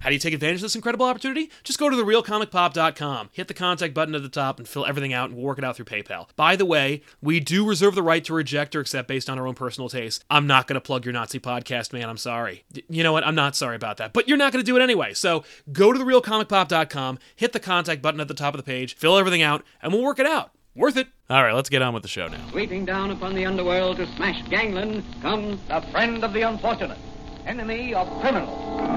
How do you take advantage of this incredible opportunity? Just go to therealcomicpop.com, hit the contact button at the top, and fill everything out, and we'll work it out through PayPal. By the way, we do reserve the right to reject or accept based on our own personal taste. I'm not going to plug your Nazi podcast, man. I'm sorry. Y- You know what? I'm not sorry about that, but you're not going to do it anyway. So go to therealcomicpop.com, hit the contact button at the top of the page, fill everything out, and we'll work it out. Worth it. All right, let's get on with the show now. Sweeping down upon the underworld to smash gangland comes the friend of the unfortunate, enemy of criminals.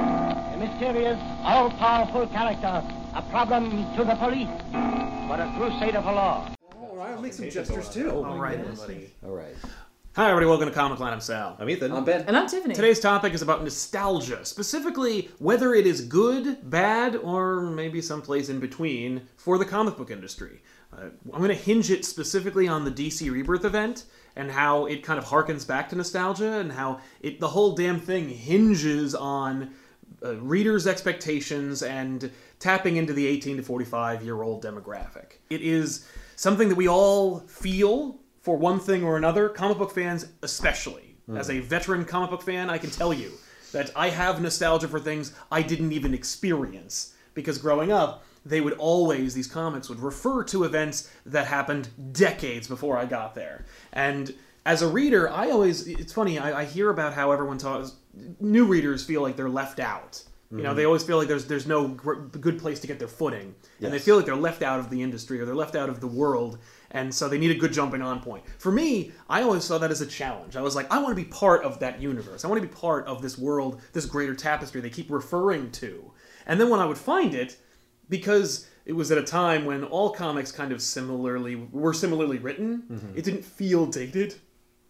A mysterious, all-powerful character, a problem to the police, but a crusader for law. All right, I'll make some gestures too. All right. All right. Hi, everybody. Welcome to Comic Line. I'm Sal. I'm Ethan. I'm Ben. And I'm Tiffany. Today's topic is about nostalgia, specifically whether it is good, bad, or maybe someplace in between for the comic book industry. Uh, I'm going to hinge it specifically on the DC Rebirth event and how it kind of harkens back to nostalgia and how it the whole damn thing hinges on uh, readers' expectations and tapping into the 18 to 45 year old demographic. It is something that we all feel for one thing or another, comic book fans especially. As a veteran comic book fan, I can tell you that I have nostalgia for things I didn't even experience because growing up, they would always these comics would refer to events that happened decades before I got there. And as a reader, I always it's funny I, I hear about how everyone talks. New readers feel like they're left out. You know, they always feel like there's there's no gr- good place to get their footing, and they Yes. feel like they're left out of the industry or they're left out of the world, and so they need a good jumping on point. For me, I always saw that as a challenge. I was like, I want to be part of that universe. I want to be part of this world, this greater tapestry they keep referring to. And then when I would find it, because it was at a time when all comics kind of similarly were similarly written, Mm-hmm. it didn't feel dated.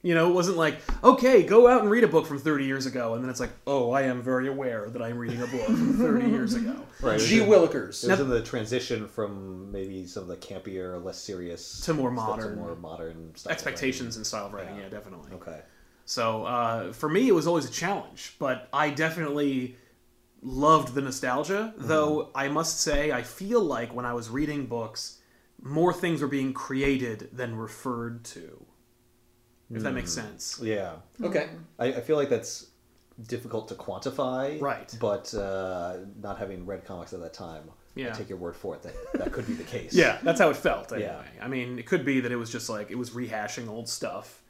You know, it wasn't like, okay, go out and read a book from 30 years ago, and then it's like, oh, I am very aware that I'm reading a book from 30 years ago. Right. G. It Willikers. was in the transition from maybe some of the campier, or less serious To more stuff modern more modern stuff, right? Expectations and style of writing, yeah, definitely. Okay. So uh, for me, it was always a challenge, but I definitely loved the nostalgia. Though I must say, I feel like when I was reading books, more things were being created than referred to. If that makes sense. Yeah. Okay. I, I feel like that's difficult to quantify. Right. But uh, not having read comics at that time, Yeah. I take your word for it that that could be the case. Yeah, that's how it felt. Anyway. Yeah. I mean, it could be that it was just like it was rehashing old stuff.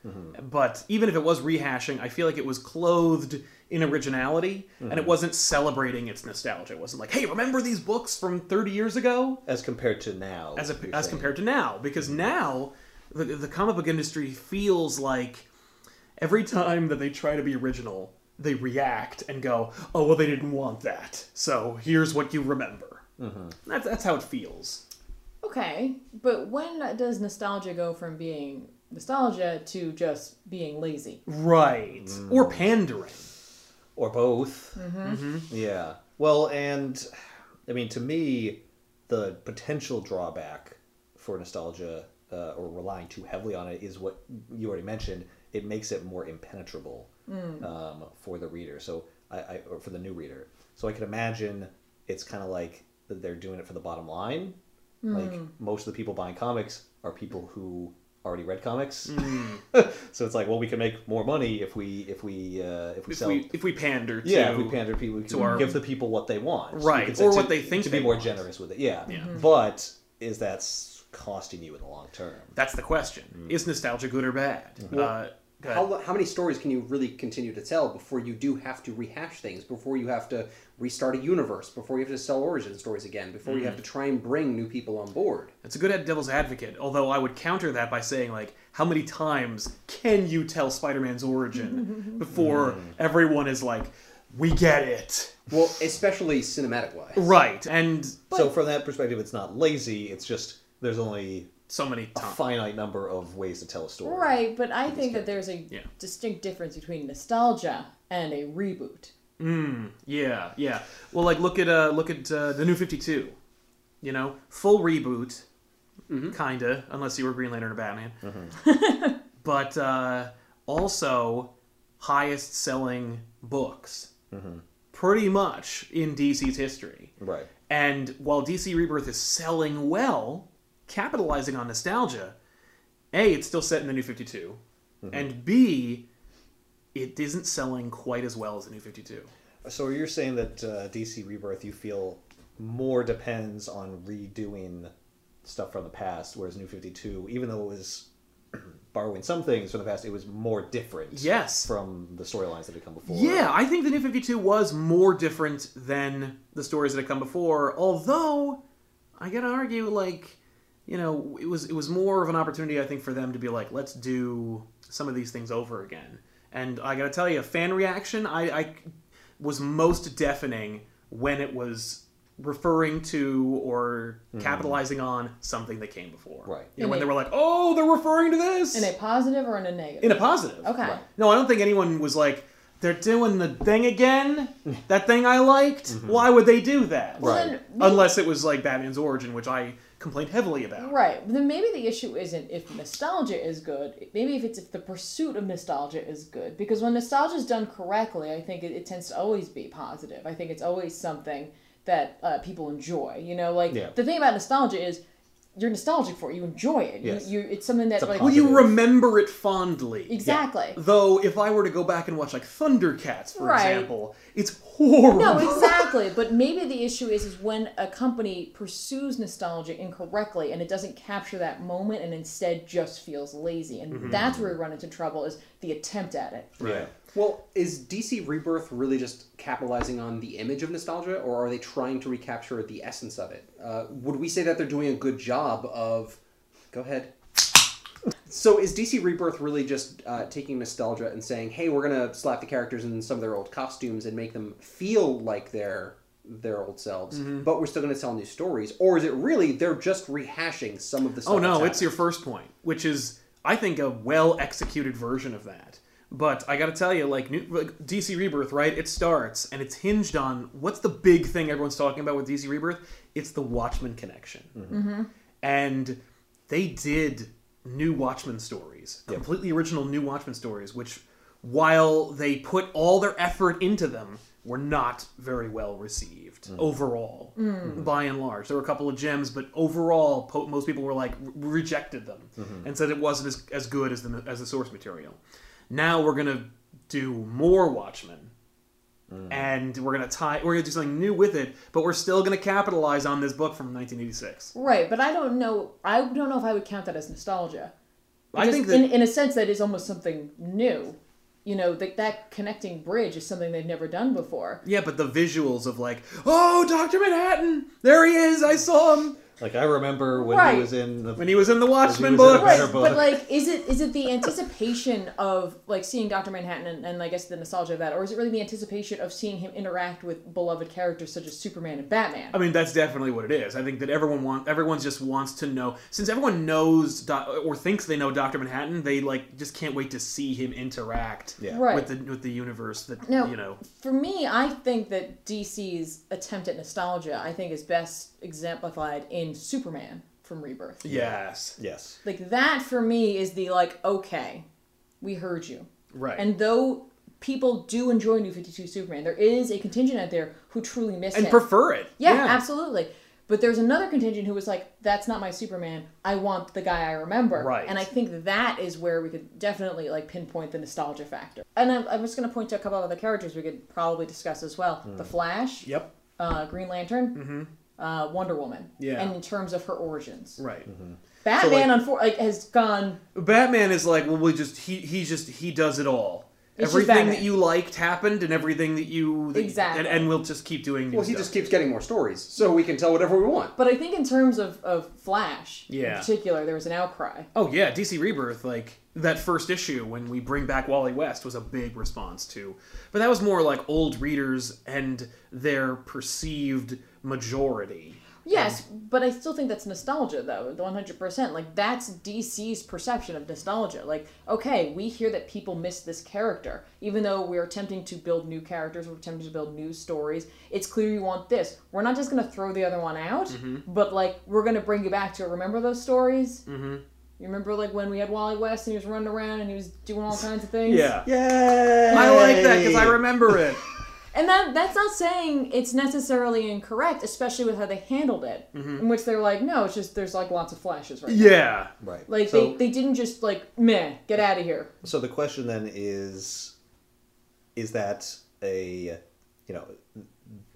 But even if it was rehashing, I feel like it was clothed in originality and it wasn't celebrating its nostalgia. It wasn't like, hey, remember these books from 30 years ago? As compared to now. as you're a, as saying. compared to now because Mm-hmm. now the, the comic book industry feels like every time that they try to be original they react and go oh well they didn't want that so here's what you remember Mm-hmm. that's, that's how it feels Okay, but when does nostalgia go from being nostalgia to just being lazy? right Mm. or pandering or both. Yeah. Well, and I mean, to me, the potential drawback for nostalgia uh, or relying too heavily on it is what you already mentioned. It makes it more impenetrable um, for the reader. So I, I or for the new reader. So I can imagine it's kind of like that they're doing it for the bottom line. Like most of the people buying comics are people who already read comics. so it's like, well, we can make more money if we if we uh, if we if sell we if we pander to yeah, if we pander to people, we can our- give the people what they want, You Right, could say or to- what they think to they be more want. generous with it. Yeah, but is that s- costing you in the long term? that's the question Mm. is nostalgia good or bad Mm-hmm. uh, go ahead. How, lo- how many stories can you really continue to tell before you do have to rehash things, before you have to restart a universe, before you have to sell origin stories again, before you have Mm. to try and bring new people on board? It's a good devil's advocate, although I would counter that by saying, like, how many times can you tell Spider Man's origin before everyone is like, we get it? Well, especially cinematic wise. Right. And so from that perspective, it's not lazy. It's just there's only so many a times. finite number of ways to tell a story. Right, but I think that there's a Yeah. distinct difference between nostalgia and a reboot. Yeah, yeah. Well, like, look at, uh, look at uh, the new 52. You know, full reboot, kinda, unless you were Green Lantern or Batman. but uh, also highest selling books, pretty much in DC's history. Right. And while DC Rebirth is selling well, capitalizing on nostalgia, A, it's still set in the New 52. And B, it isn't selling quite as well as the New 52. So you're saying that uh, DC Rebirth you feel more depends on redoing stuff from the past, whereas New Fifty Two, even though it was borrowing some things from the past, it was more different. Yes. From the storylines that had come before. Yeah, I think the New 52 was more different than the stories that had come before, although I gotta argue, like, you know, it was it was more of an opportunity, I think, for them to be like, let's do some of these things over again. And I gotta tell you, fan reaction, I, I was most deafening when it was referring to or capitalizing on something that came before. Hmm. Right. You know, And when it- they were like, oh, they're referring to this In a positive or in a negative? in a positive. Okay. Right. No, I don't think anyone was like, they're doing the thing again. That thing I liked. Mm-hmm. Why would they do that? Well, then maybe- Unless it was like Batman's origin, which I complained heavily about. Right. Then maybe the issue isn't if nostalgia is good. Maybe if it's if the pursuit of nostalgia is good. Because when nostalgia is done correctly, I think it, it tends to always be positive. I think it's always something that uh, people enjoy. You know, like Yeah. the thing about nostalgia is you're nostalgic for it. You enjoy it. Yes. You, you it's something that It's a like Well, you Positive. remember it fondly. exactly. Though, if I were to go back and watch like Thundercats, for Right. example, it's horrible. No, exactly. But maybe the issue is is when a company pursues nostalgia incorrectly and it doesn't capture that moment and instead just feels lazy. And Mm-hmm. that's where we run into trouble is the attempt at it. Yeah. Well, is DC Rebirth really just capitalizing on the image of nostalgia, or are they trying to recapture the essence of it? Uh, would we say that they're doing a good job of? Go ahead. So is DC Rebirth really just uh, taking nostalgia and saying, "Hey, we're gonna slap the characters in some of their old costumes and make them feel like they're their old selves, Mm-hmm. but we're still gonna tell new stories"? Or is it really they're just rehashing some of the? Stuff Oh no, that's it's your first point, which is I think a well executed version of that. But I got to tell you, like, new, like DC Rebirth, right? It starts and it's hinged on what's the big thing everyone's talking about with DC Rebirth? It's the Watchmen connection, and they did new Watchmen stories, completely original new Watchmen stories, which while they put all their effort into them, were not very well received overall, by and large. There were a couple of gems, but overall, po- most people were like re- rejected them and said it wasn't as, as good as the as the source material. Now we're gonna do more Watchmen, and we're gonna tie we're gonna do something new with it, but we're still gonna capitalize on this book from 1986. Right, but I don't know I don't know if I would count that as nostalgia. I think that in, in a sense that is almost something new. You know, that that connecting bridge is something they've never done before. Yeah, but the visuals of like, oh, Doctor Manhattan, there he is. I saw him Like I remember when Right. he was in the when he was in the Watchmen was in a book. better Right, book. but like, is it is it the anticipation of like seeing Doctor Manhattan and, and I guess the nostalgia of that, or is it really the anticipation of seeing him interact with beloved characters such as Superman and Batman? I mean, that's definitely what it is. I think that everyone want everyone just wants to know since everyone knows doc, or thinks they know Doctor Manhattan, they like just can't wait to see him interact Yeah. Right. with the with the universe that No. you know. For me, I think that DC's attempt at nostalgia, I think, is best exemplified in Superman from Rebirth. Yes. yes. Like that for me is the like, okay, we heard you. Right. And though people do enjoy New 52 Superman, there is a contingent out there who truly miss and him. prefer it. Yeah, absolutely. But there's another contingent who was like, "That's not my Superman. I want the guy I remember." Right. And I think that is where we could definitely like pinpoint the nostalgia factor. And I'm, I'm just going to point to a couple other characters we could probably discuss as well: the Flash, Hmm. Yep. Mm-hmm. uh, Green Lantern, uh, Wonder Woman. Yeah. And in terms of her origins, Right. Batman, unfor- like, has gone Batman is like, well, we just he he just he does it all. It's just everything that Batman. you liked happened, and everything that you that you- Exactly. and, and we'll just keep doing. New Well, he stuff. just keeps getting more stories, so we can tell whatever we want. But I think in terms of, of Flash Yeah. in particular, there was an outcry. Oh yeah, DC Rebirth, like that first issue when we bring back Wally West was a big response to. But that was more like old readers and their perceived majority. Yes, but I still think that's nostalgia, though, 100%. Like, that's DC's perception of nostalgia. Like, okay, we hear that people miss this character. Even though we're attempting to build new characters, we're attempting to build new stories, it's clear you want this. We're not just going to throw the other one out, but, like, we're going to bring you back to it. Remember those stories? Mm-hmm. You remember, like, when we had Wally West and he was running around and he was doing all kinds of things? Yeah. Yay! I like that because I remember it. And that that's not saying it's necessarily incorrect, especially with how they handled it, in which they're like, no, it's just there's like lots of flashes right now. Mm-hmm. yeah. Right. Like so, they, they didn't just like meh, get out of here. so the question then is, is that a, you know,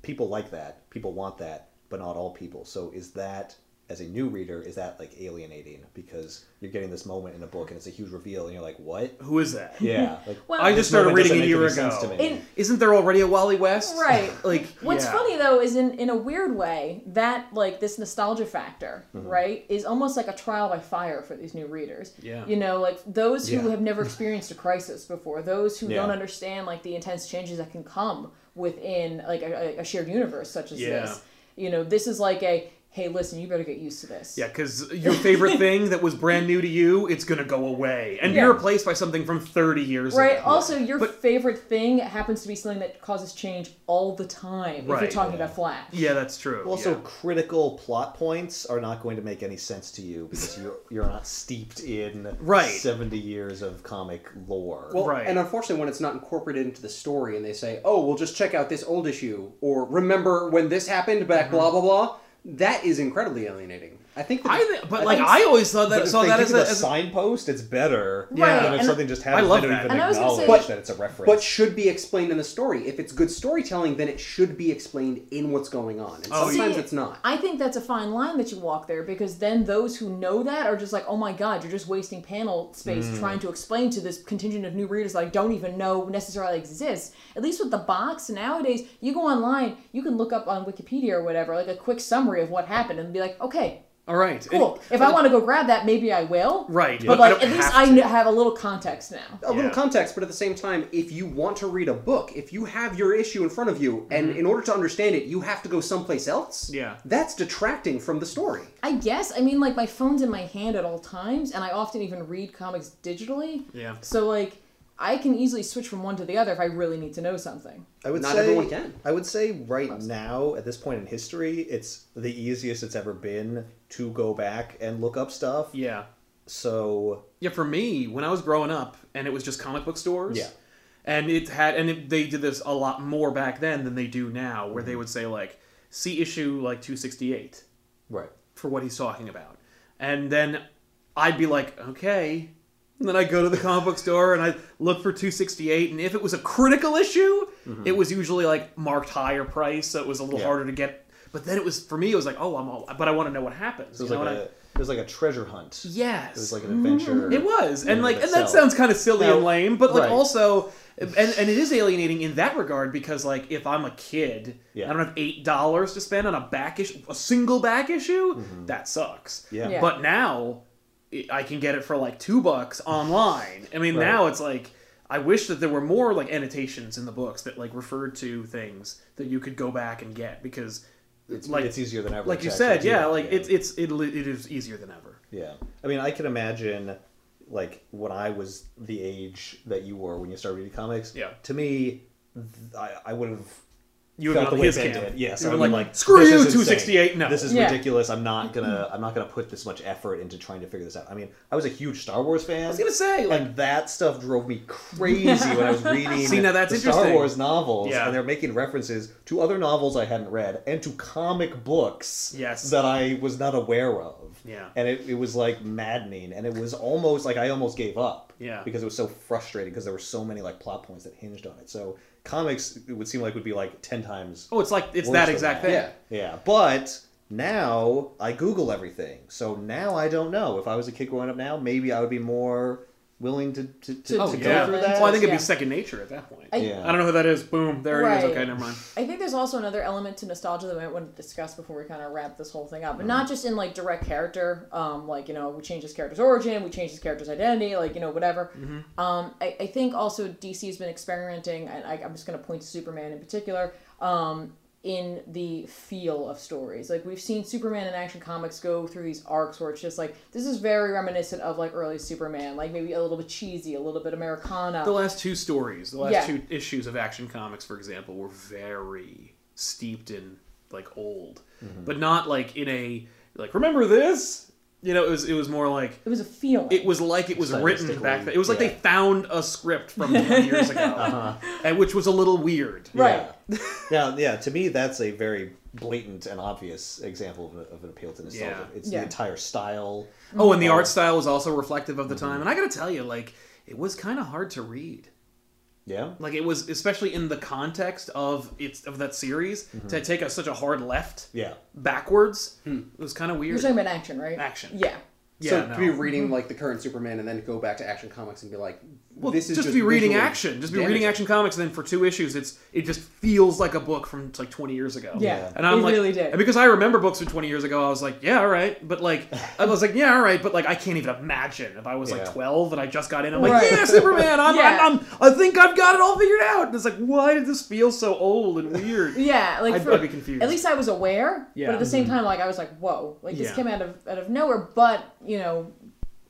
people like that, people want that, but not all people. So is that as a new reader, is that like alienating because you're getting this moment in a book and it's a huge reveal and you're like, what? Who is that? Yeah. Like, Well- I this just started moment doesn't reading a make year any sense ago. to me. In- Isn't there already a Wally West? Right. Like What's yeah. funny though is in in a weird way that like this nostalgia factor, Mm-hmm. right, is almost like a trial by fire for these new readers. Yeah. You know, like those who Yeah. have never experienced a crisis before, those who Yeah. don't understand like the intense changes that can come within like a, a shared universe such as Yeah. this. You know, this is like a hey, listen, you better get used to this. Yeah, because your favorite thing that was brand new to you, it's gonna go away and Yeah. be replaced by something from 30 years Right. ago. Also, your But- favorite thing happens to be something that causes change all the time. If Right, you're talking yeah. about Flash. Yeah, that's true. Also, yeah. critical plot points are not going to make any sense to you because you're, you're not steeped in Right. 70 years of comic lore. Well, Right. and unfortunately, when it's not incorporated into the story, and they say, "Oh, we'll just check out this old issue," or "Remember when this happened back," Mm-hmm. blah blah blah, that is incredibly alienating. I think. That I think, but I like think- I always thought but that if saw they that give as it a, a, as a signpost, it's better Right, than if and- something just happens. I love they don't that. even And I was gonna say- acknowledge But- that it's a reference. but should be explained in the story. If it's good storytelling, then it should be explained in what's going on. And Oh, sometimes See, it's not. I think that's a fine line that you walk there because then those who know that are just like, oh my god, you're just wasting panel space Mm. trying to explain to this contingent of new readers that I don't even know necessarily exists. At least with the box nowadays, you go online, you can look up on Wikipedia or whatever, like a quick summary of what happened and be like, okay, all right. cool. And- if I want to go grab that, maybe I will. Right, But but I like, don't at least have I to. kn- have a little context now. a little Yeah. context, but at the same time, if you want to read a book, if you have your issue in front of you, and in order to understand it, you have to go someplace else, Mm-hmm. Yeah. that's detracting from the story. I guess. I mean, like my phone's in my hand at all times, and I often even read comics digitally. Yeah. So like, I can easily switch from one to the other if I really need to know something. I would Not say, everyone can. I would say right now, at this point in history, it's the easiest it's ever been to go back and look up stuff. yeah. So Yeah, for me, when I was growing up, and it was just comic book stores. Yeah. And it had, and it, they did this a lot more back then than they do now, where Mm-hmm. they would say like, "See issue like 268 right. for what he's talking about," and then I'd be like, "Okay." And then I go to the comic book store and I look for 268, and if it was a critical issue, it was usually like marked higher price, so it was a little Mm-hmm. Yeah. harder to get. But then it was for me, it was like, "Oh, I'm all," but I want to know what happens. It was you like know, a and I- it was like a treasure hunt. yes, Mm-hmm. It was like an adventure. it was, and in like, of and that itself. sounds kind of silly and Now- lame, but like right. also, and and it is alienating in that regard because like if I'm a kid, Yeah. I don't have eight dollars to spend on a back issue, a single back issue, that sucks. Mm-hmm. Yeah. Yeah. But now, i- I can get it for like two bucks online. I mean, Right. now it's like. I wish that there were more like annotations in the books that like referred to things that you could go back and get because it's like it's easier than ever. like to you actually said, do yeah, that, like it's it's it, li- it is easier than ever. Yeah. I mean, I can imagine, like, when I was the age that you were when you started reading comics. Yeah. To me, th- I, I would have. You felt would the on way his Ben camp. did. Yes, you I would would like, be like screw "This you, is insane. 268. No, this is Yeah. ridiculous. I'm not gonna. I'm not gonna put this much effort into trying to figure this out. I mean, I was a huge Star Wars fan. I was gonna say, like- and that stuff drove me crazy when I was reading. See, now that's the Star interesting. Wars novels, Yeah. and they're making references to other novels I hadn't read and to comic books. Yes. that I was not aware of. Yeah. and it, it was like maddening, and it was almost like I almost gave up. Yeah. because it was so frustrating because there were so many like plot points that hinged on it. So comics, it would seem like would be like ten times oh, it's like it's Worse that than exact that. thing. Yeah. yeah, but now I Google everything. So now I don't know. If I was a kid growing up now, maybe I would be more willing to, to, to, To- to Oh, go yeah. through that. Well, I think it'd Yeah. be second nature at that point. I- I, yeah. don't know who that is. Boom, there it Right. is. Okay, never mind. I think there's also another element to nostalgia that I want to discuss before we kind of wrap this whole thing up, but Mm-hmm. not just in like direct character, um, like you know we change his character's origin, we change his character's identity, like you know whatever. Mm-hmm. Um, I, I think also DC has been experimenting, and I, I'm just going to point to Superman in particular. Um, in the feel of stories. Like we've seen Superman in action comics go through these arcs where it's just like this is very reminiscent of like early Superman, like maybe a little bit cheesy, a little bit Americana. The last two stories, the last Yeah. two issues of Action Comics, for example, were very steeped in like old, but not like in a like remember this. You know, it was it was more like it was a feeling. it was like it was written back then. It was like they Yeah. found a script from 20 years ago, and which was a little weird. right. Yeah. now, yeah, to me, that's a very blatant and obvious example of, a, of an appeal to nostalgia. Yeah. It's Yeah. the entire style. Oh, and the art style was also reflective of the time. And I gotta tell you, like it was kind of hard to read. Yeah. Like it was, especially in the context of it's of that series, to take a, such a hard left Yeah. backwards. It was kind of weird. You're talking about action, right? Action. Yeah. Yeah, so no. to be reading like the current Superman and then go back to Action Comics and be like, well, this is just, just be reading visually action. Just be reading damaging. action comics, and then for two issues, it's it just feels like a book from like twenty years ago. Yeah. and I'm It like, really did. and because I remember books from twenty years ago, I was like, yeah, all right, but like, I was like, yeah, all right, but like, I can't even imagine if I was like Yeah. twelve and I just got in. I'm like, Right. yeah, Superman, I'm, Yeah. I'm, I'm, I think I've got it all figured out. And it's like, why did this feel so old and weird? Yeah, like I'd- for, I'd be confused. At least I was aware, Yeah. Mm-hmm. but at the same time, like I was like, "Whoa!" Like this Yeah. came out of out of nowhere. But you know,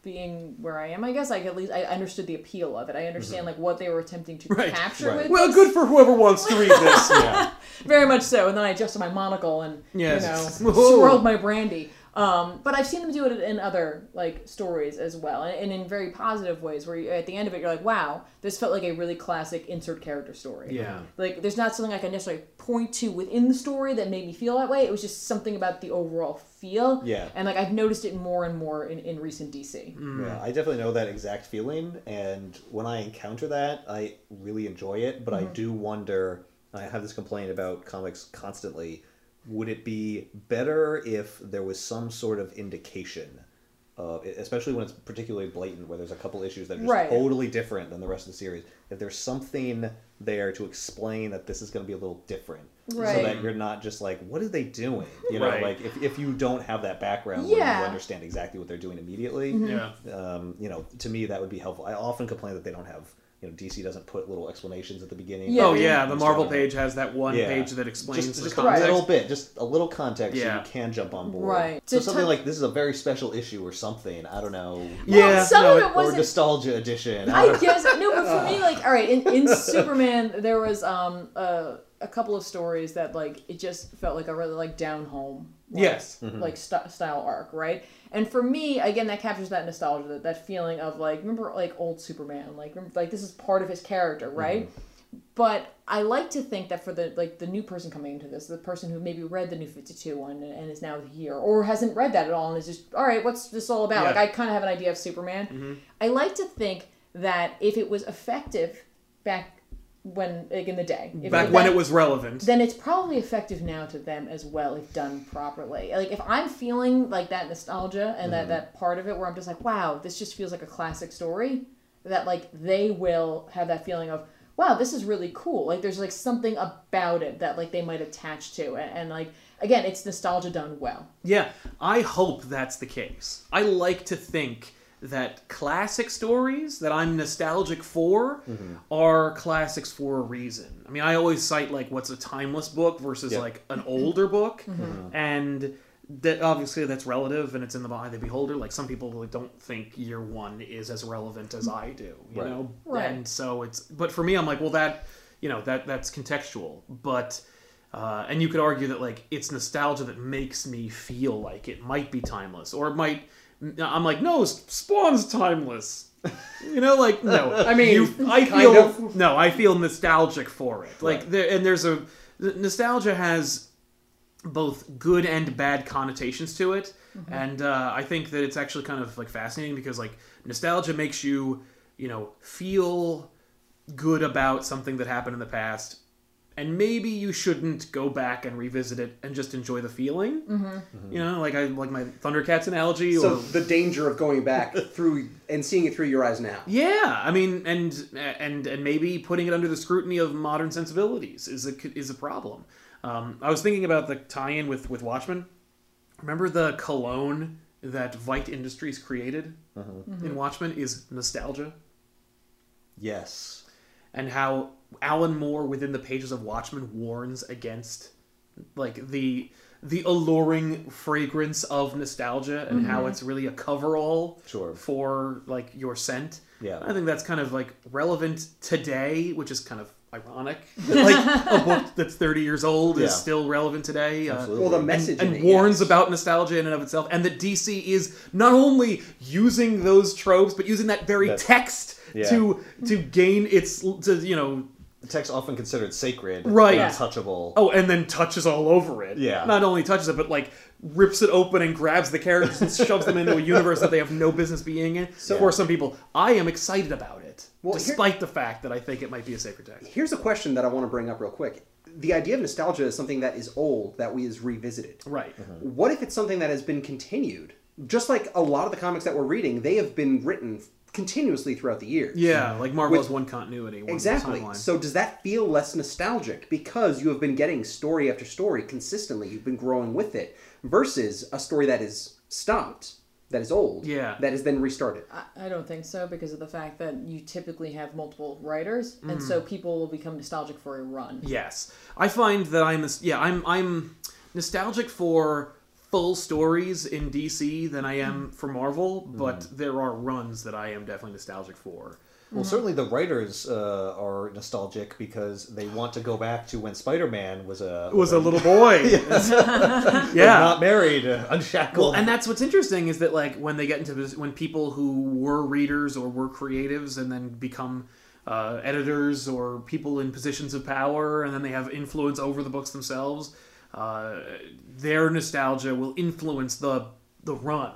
being where I am, I guess like at least I understood the appeal of it. I understand like what they were attempting to Mm-hmm. Right, capture right. with Well, this. good for whoever wants to read this. Yeah. very much so. And then I adjusted my monocle and Yes. you know Whoa. swirled my brandy. Um, but I've seen them do it in other like stories as well, and, and in very positive ways. Where you, at the end of it, you're like, "Wow, this felt like a really classic insert character story." Yeah. like there's not something I can necessarily point to within the story that made me feel that way. It was just something about the overall feel. Yeah. and like I've noticed it more and more in, in recent DC. Yeah, I definitely know that exact feeling, and when I encounter that, I really enjoy it. But Mm-hmm. I do wonder. I have this complaint about comics constantly. Would it be better if there was some sort of indication of, e, especially when it's particularly blatant, where there's a couple issues that are just Right. totally different than the rest of the series? If there's something there to explain that this is going to be a little different, so Right. that you're not just like, what are they doing? You know, Right. like if, if you don't have that background, where Yeah. Mm-hmm. you understand exactly what they're doing immediately Yeah. um, you know, to me that would be helpful. I often complain that they don't have, you know, DC doesn't put little explanations at the beginning. Yeah. Oh yeah, the Just Marvel general- page has that one Yeah. page that explains Just, the just a context. little bit, just a little context, so Yeah. you can jump on board. Right. So To something tou- like this is a very special issue or something. I don't know. Yeah, some no, of it- it Or wasn't nostalgia edition. I I don't know. guess no, but for me, like, all right, in, in Superman, there was um a, a couple of stories that like it just felt like a really like down home, like, Yes. like st- style arc, right? And for me, again, that captures that nostalgia, that, that feeling of like remember like old Superman, like remember, like this is part of his character, right? But I like to think that for the like the new person coming into this, the person who maybe read the New Fifty Two one and, and is now here, or hasn't read that at all, and is just all right, what's this all about? Yeah. Like I kind of have an idea of Superman. I like to think that if it was effective back when like in the day, if Back if when that- it was relevant. then it's probably effective now to them as well if done properly. Like if I'm feeling like that nostalgia Mm-hmm. and that that part of it where I'm just like, wow, this just feels like a classic story, that like they will have that feeling of, wow, this is really cool. Like there's like something about it that like they might attach to and, and like again, it's nostalgia done well. Yeah, I hope that's the case. I like to think that classic stories that I'm nostalgic for Mm-hmm. are classics for a reason. I mean, I always cite like what's a timeless book versus Yeah. Uh-huh. like an older book, and that obviously that's relative and it's in the eye of the beholder. Like some people like, don't think Year One is as relevant as I do, you Right. know. Right. And so it's, but for me, I'm like, well, that you know that that's contextual, but. Uh, and you could argue that like it's nostalgia that makes me feel like it might be timeless, or it might. I'm like, no, Spawn's timeless. You know, like no. I mean, I kind feel of. no. I feel nostalgic for it. Like Right. there, and there's a nostalgia has both good and bad connotations to it and uh, i think that it's actually kind of like fascinating because like nostalgia makes you you know feel good about something that happened in the past and maybe you shouldn't go back and revisit it and just enjoy the feeling you know like i like my thundercats analogy So or the danger of going back through and seeing it through your eyes now. yeah i mean and and and maybe putting it under the scrutiny of modern sensibilities is a is a problem um, i was thinking about the tie-in with with watchmen Remember the cologne that Vite Industries created in Watchmen is nostalgia, Yes. and how Alan Moore within the pages of Watchmen warns against like the the alluring fragrance of nostalgia and how it's really a coverall Mm-hmm. Sure. for like your scent. Yeah. I think that's kind of like relevant today, which is kind of ironic. that, like a book that's 30 years old Yeah. is still relevant today. uh, Absolutely. Well, the And- message and, in it, warns yes. about nostalgia in and of itself, and that DC is not only using those tropes but using that very That's- text yeah. to to gain its to you know The text often considered sacred, Right. and untouchable. oh and then touches all over it. Yeah. not only touches it but like rips it open and grabs the characters and shoves them into a universe that they have no business being in. So for some people, I am excited about it, Well, here- despite the fact that I think it might be a sacred text. Here's a question that I want to bring up real quick. The idea of nostalgia is something that is old that we is revisited. Right. Uh-huh. What if it's something that has been continued? Just like a lot of the comics that we're reading, they have been written continuously throughout the years. Yeah, like Marvel With- has one continuity. One Exactly. timeline. So does that feel less nostalgic because you have been getting story after story consistently? You've been growing with it versus a story that is stopped, that is old, Yeah. that is then restarted. I don't think so because of the fact that you typically have multiple writers, and so people will become nostalgic for a run. Yes, I find that I'm yeah I'm I'm nostalgic for full stories in DC than I am for Marvel, but there are runs that I am definitely nostalgic for. Well, certainly the writers uh, are nostalgic because they want to go back to when Spider-Man was a Was a little boy, yeah, not married, uh, unshackled. and that's what's interesting is that like when they get into this, when people who were readers or were creatives and then become uh, editors or people in positions of power and then they have influence over the books themselves, uh, their nostalgia will influence the the run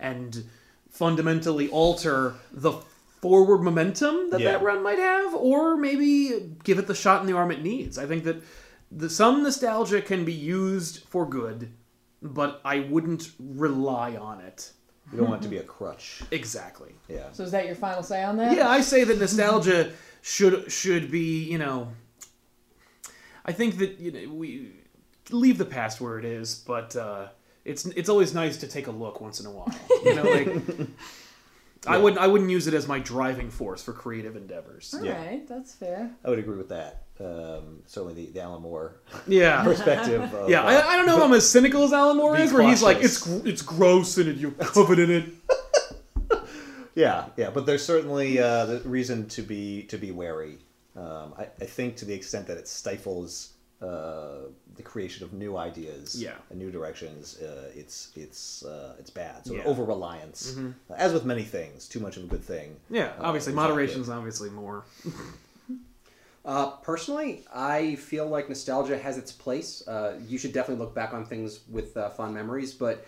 and fundamentally alter the forward momentum that Yeah. that run might have, or maybe give it the shot in the arm it needs. I think that the, some nostalgia can be used for good but I wouldn't rely on it. you don't want it to be a crutch. Exactly. Yeah. So is that your final say on that? Yeah, I say that nostalgia should should be, you know, I think that you know we leave the past where it is, but uh, it's it's always nice to take a look once in a while. You know, like I wouldn't I wouldn't use it as my driving force for creative endeavors. All Yeah. right, that's fair. I would agree with that. Um, certainly the, the Alan Moore Yeah. perspective. Of, Yeah, uh, I, I don't know if I'm as cynical as Alan Moore Be is, where he's like, it's cautious. gr- it's gross and you're covered in it. Yeah, yeah, but there's certainly uh, the reason to be to be wary. Um, I, I think to the extent that it stifles uh, the creation of new ideas Yeah. and new directions, uh, it's it's uh, it's bad. So Yeah. Mm-hmm. over reliance, as with many things, too much of a good thing. Yeah, uh, obviously, is not good. moderation's obviously more. Uh, personally, I feel like nostalgia has its place. Uh, you should definitely look back on things with uh, fond memories, but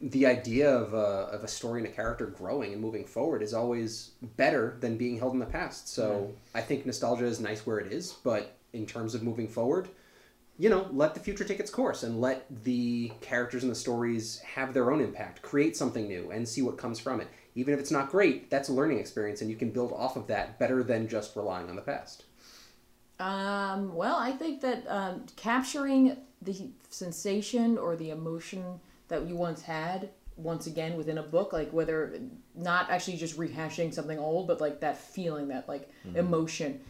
the idea of a, of a story and a character growing and moving forward is always better than being held in the past. So I think nostalgia is nice where it is, but in terms of moving forward, you know, let the future take its course and let the characters and the stories have their own impact. Create something new and see what comes from it. Even if it's not great, that's a learning experience and you can build off of that better than just relying on the past. Um, well, I think that um, capturing the sensation or the emotion that you once had once again within a book, like whether not actually just rehashing something old, but like that feeling, that like emotion,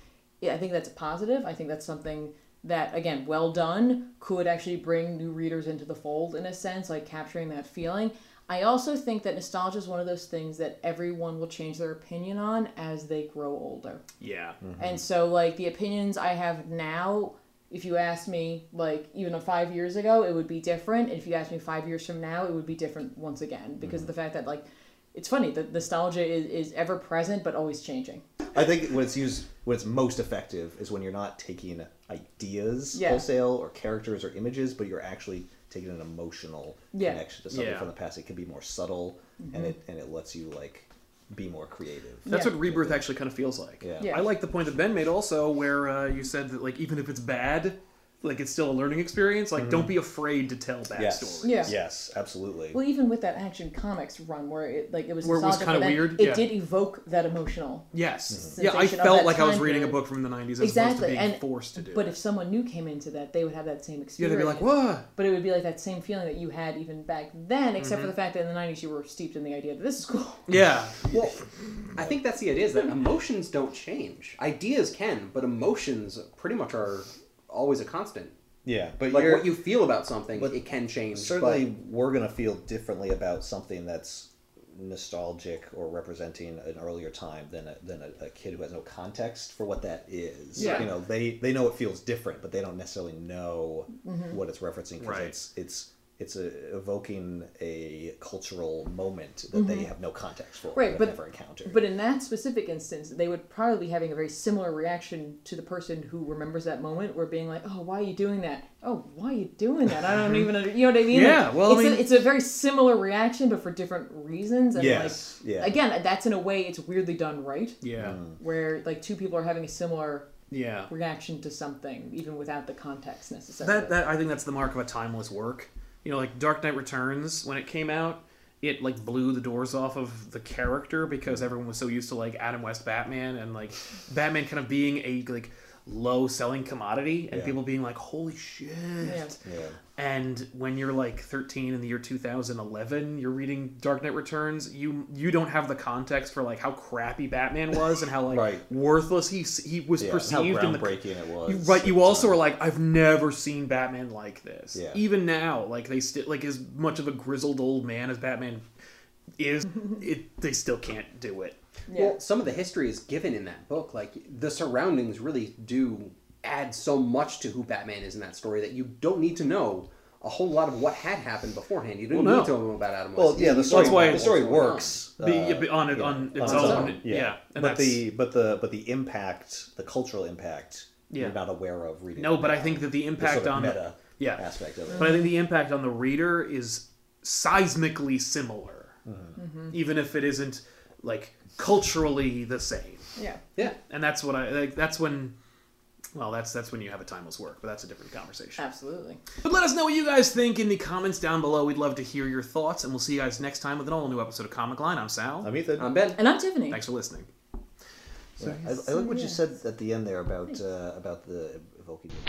yeah, I think that's a positive. I think that's something that, again, well done could actually bring new readers into the fold in a sense, like capturing that feeling. I also think that nostalgia is one of those things that everyone will change their opinion on as they grow older. Yeah. And so, like, the opinions I have now, if you asked me, like, even a five years ago, it would be different. If you asked me five years from now, it would be different once again because Mm-hmm. of the fact that, like, it's funny, the nostalgia is, is ever present but always changing. I think when it's used, when it's most effective is when you're not taking ideas Yeah. wholesale or characters or images, but you're actually taking an emotional Yeah. Mm-hmm. connection to something Yeah. from the past. It can be more subtle, and it and it lets you like be more creative. That's Yeah. what rebirth actually kind of feels like. Yeah. Yeah. I like the point that Ben made also, where uh, you said that like even if it's bad, like it's still a learning experience. Like don't be afraid to tell bad Yes. stories. Yeah. Yes. Absolutely. Well, even with that action comics run where it, like, it was, Where it was nostalgic, kinda but then weird, It yeah. did evoke that emotional. Yes. Mhm. Yeah, I Sensation of felt that like I was time reading a period. book from the '90s as opposed to Exactly, being and- forced to do. But it. if someone new came into that, they would have that same yeah, experience. they'd be like, "Whoa." But it would be like that same feeling that you had even back then, except Mm-hmm. for the fact that in the 90s you were steeped in the idea that this is cool. Yeah. Well, I think that's the idea is that emotions don't change. Ideas can, but emotions pretty much are always a constant. Yeah, but Like you're, what you feel about something, but it can change. certainly we're gonna feel differently about something that's nostalgic or representing an earlier time than a, than a, a kid who has no context for what that is. Yeah. you know they they know it feels different, but they don't necessarily know what it's referencing because Right. it's it's it's a, evoking a cultural moment that they have no context for, Right, they've but- never encountered. But in that specific instance, they would probably be having a very similar reaction to the person who remembers that moment, or being like, "Oh, why are you doing that? Oh, why are you doing that? I don't even under- you know what I mean? Mm-hmm. Yeah, Like, well, I it's, mean- a, it's a very similar reaction, but for different reasons. And yes, like, yeah, again, that's in a way it's weirdly done right, Yeah. where like two people are having a similar Yeah. reaction to something, even without the context necessarily. That, that I think that's the mark of a timeless work. You know, like Dark Knight Returns when it came out, it like blew the doors off of the character because everyone was so used to like Adam West Batman and like Batman kind of being a like low selling commodity and Yeah. people being like, "Holy shit." Yeah. yeah. And when you're like 13 in the year 2011, you're reading Dark Knight Returns, you you don't have the context for like how crappy Batman was and how like Right. worthless he s- he was Yeah, perceived how in the groundbreaking it was. you, but at you the also time. are like, I've never seen Batman like this. Yeah. Even now, like they still like as much of a grizzled old man as Batman is, it they still can't do it. yeah. Well, some of the history is given in that book. Like the surroundings really do add so much to who Batman is in that story that you don't need to know a whole lot of what had happened beforehand. You don't Well, need no. to know about Adam West. Well, yeah, the You story. That's why- the story what's going on. works Be- uh, be- on it- yeah, on its own, yeah, and but that's- the but the but the impact, the cultural impact, Yeah. you're not aware of reading. No, it but I now. think that the The sort impact of on meta yeah, aspect of it. but I think the impact on the reader is seismically similar, Mm-hmm. even if it isn't like culturally the same. yeah. Yeah. And that's what I like. That's when. Well, that's that's when you have a timeless work, but that's a different conversation. Absolutely. But let us know what you guys think in the comments down below. We'd love to hear your thoughts, and we'll see you guys next time with an all new episode of Comic Line. I'm Sal. I'm Ethan. I'm Ben. And I'm Tiffany. Thanks for listening. Yeah, I, I like what you said at the end there about uh, about the evoking.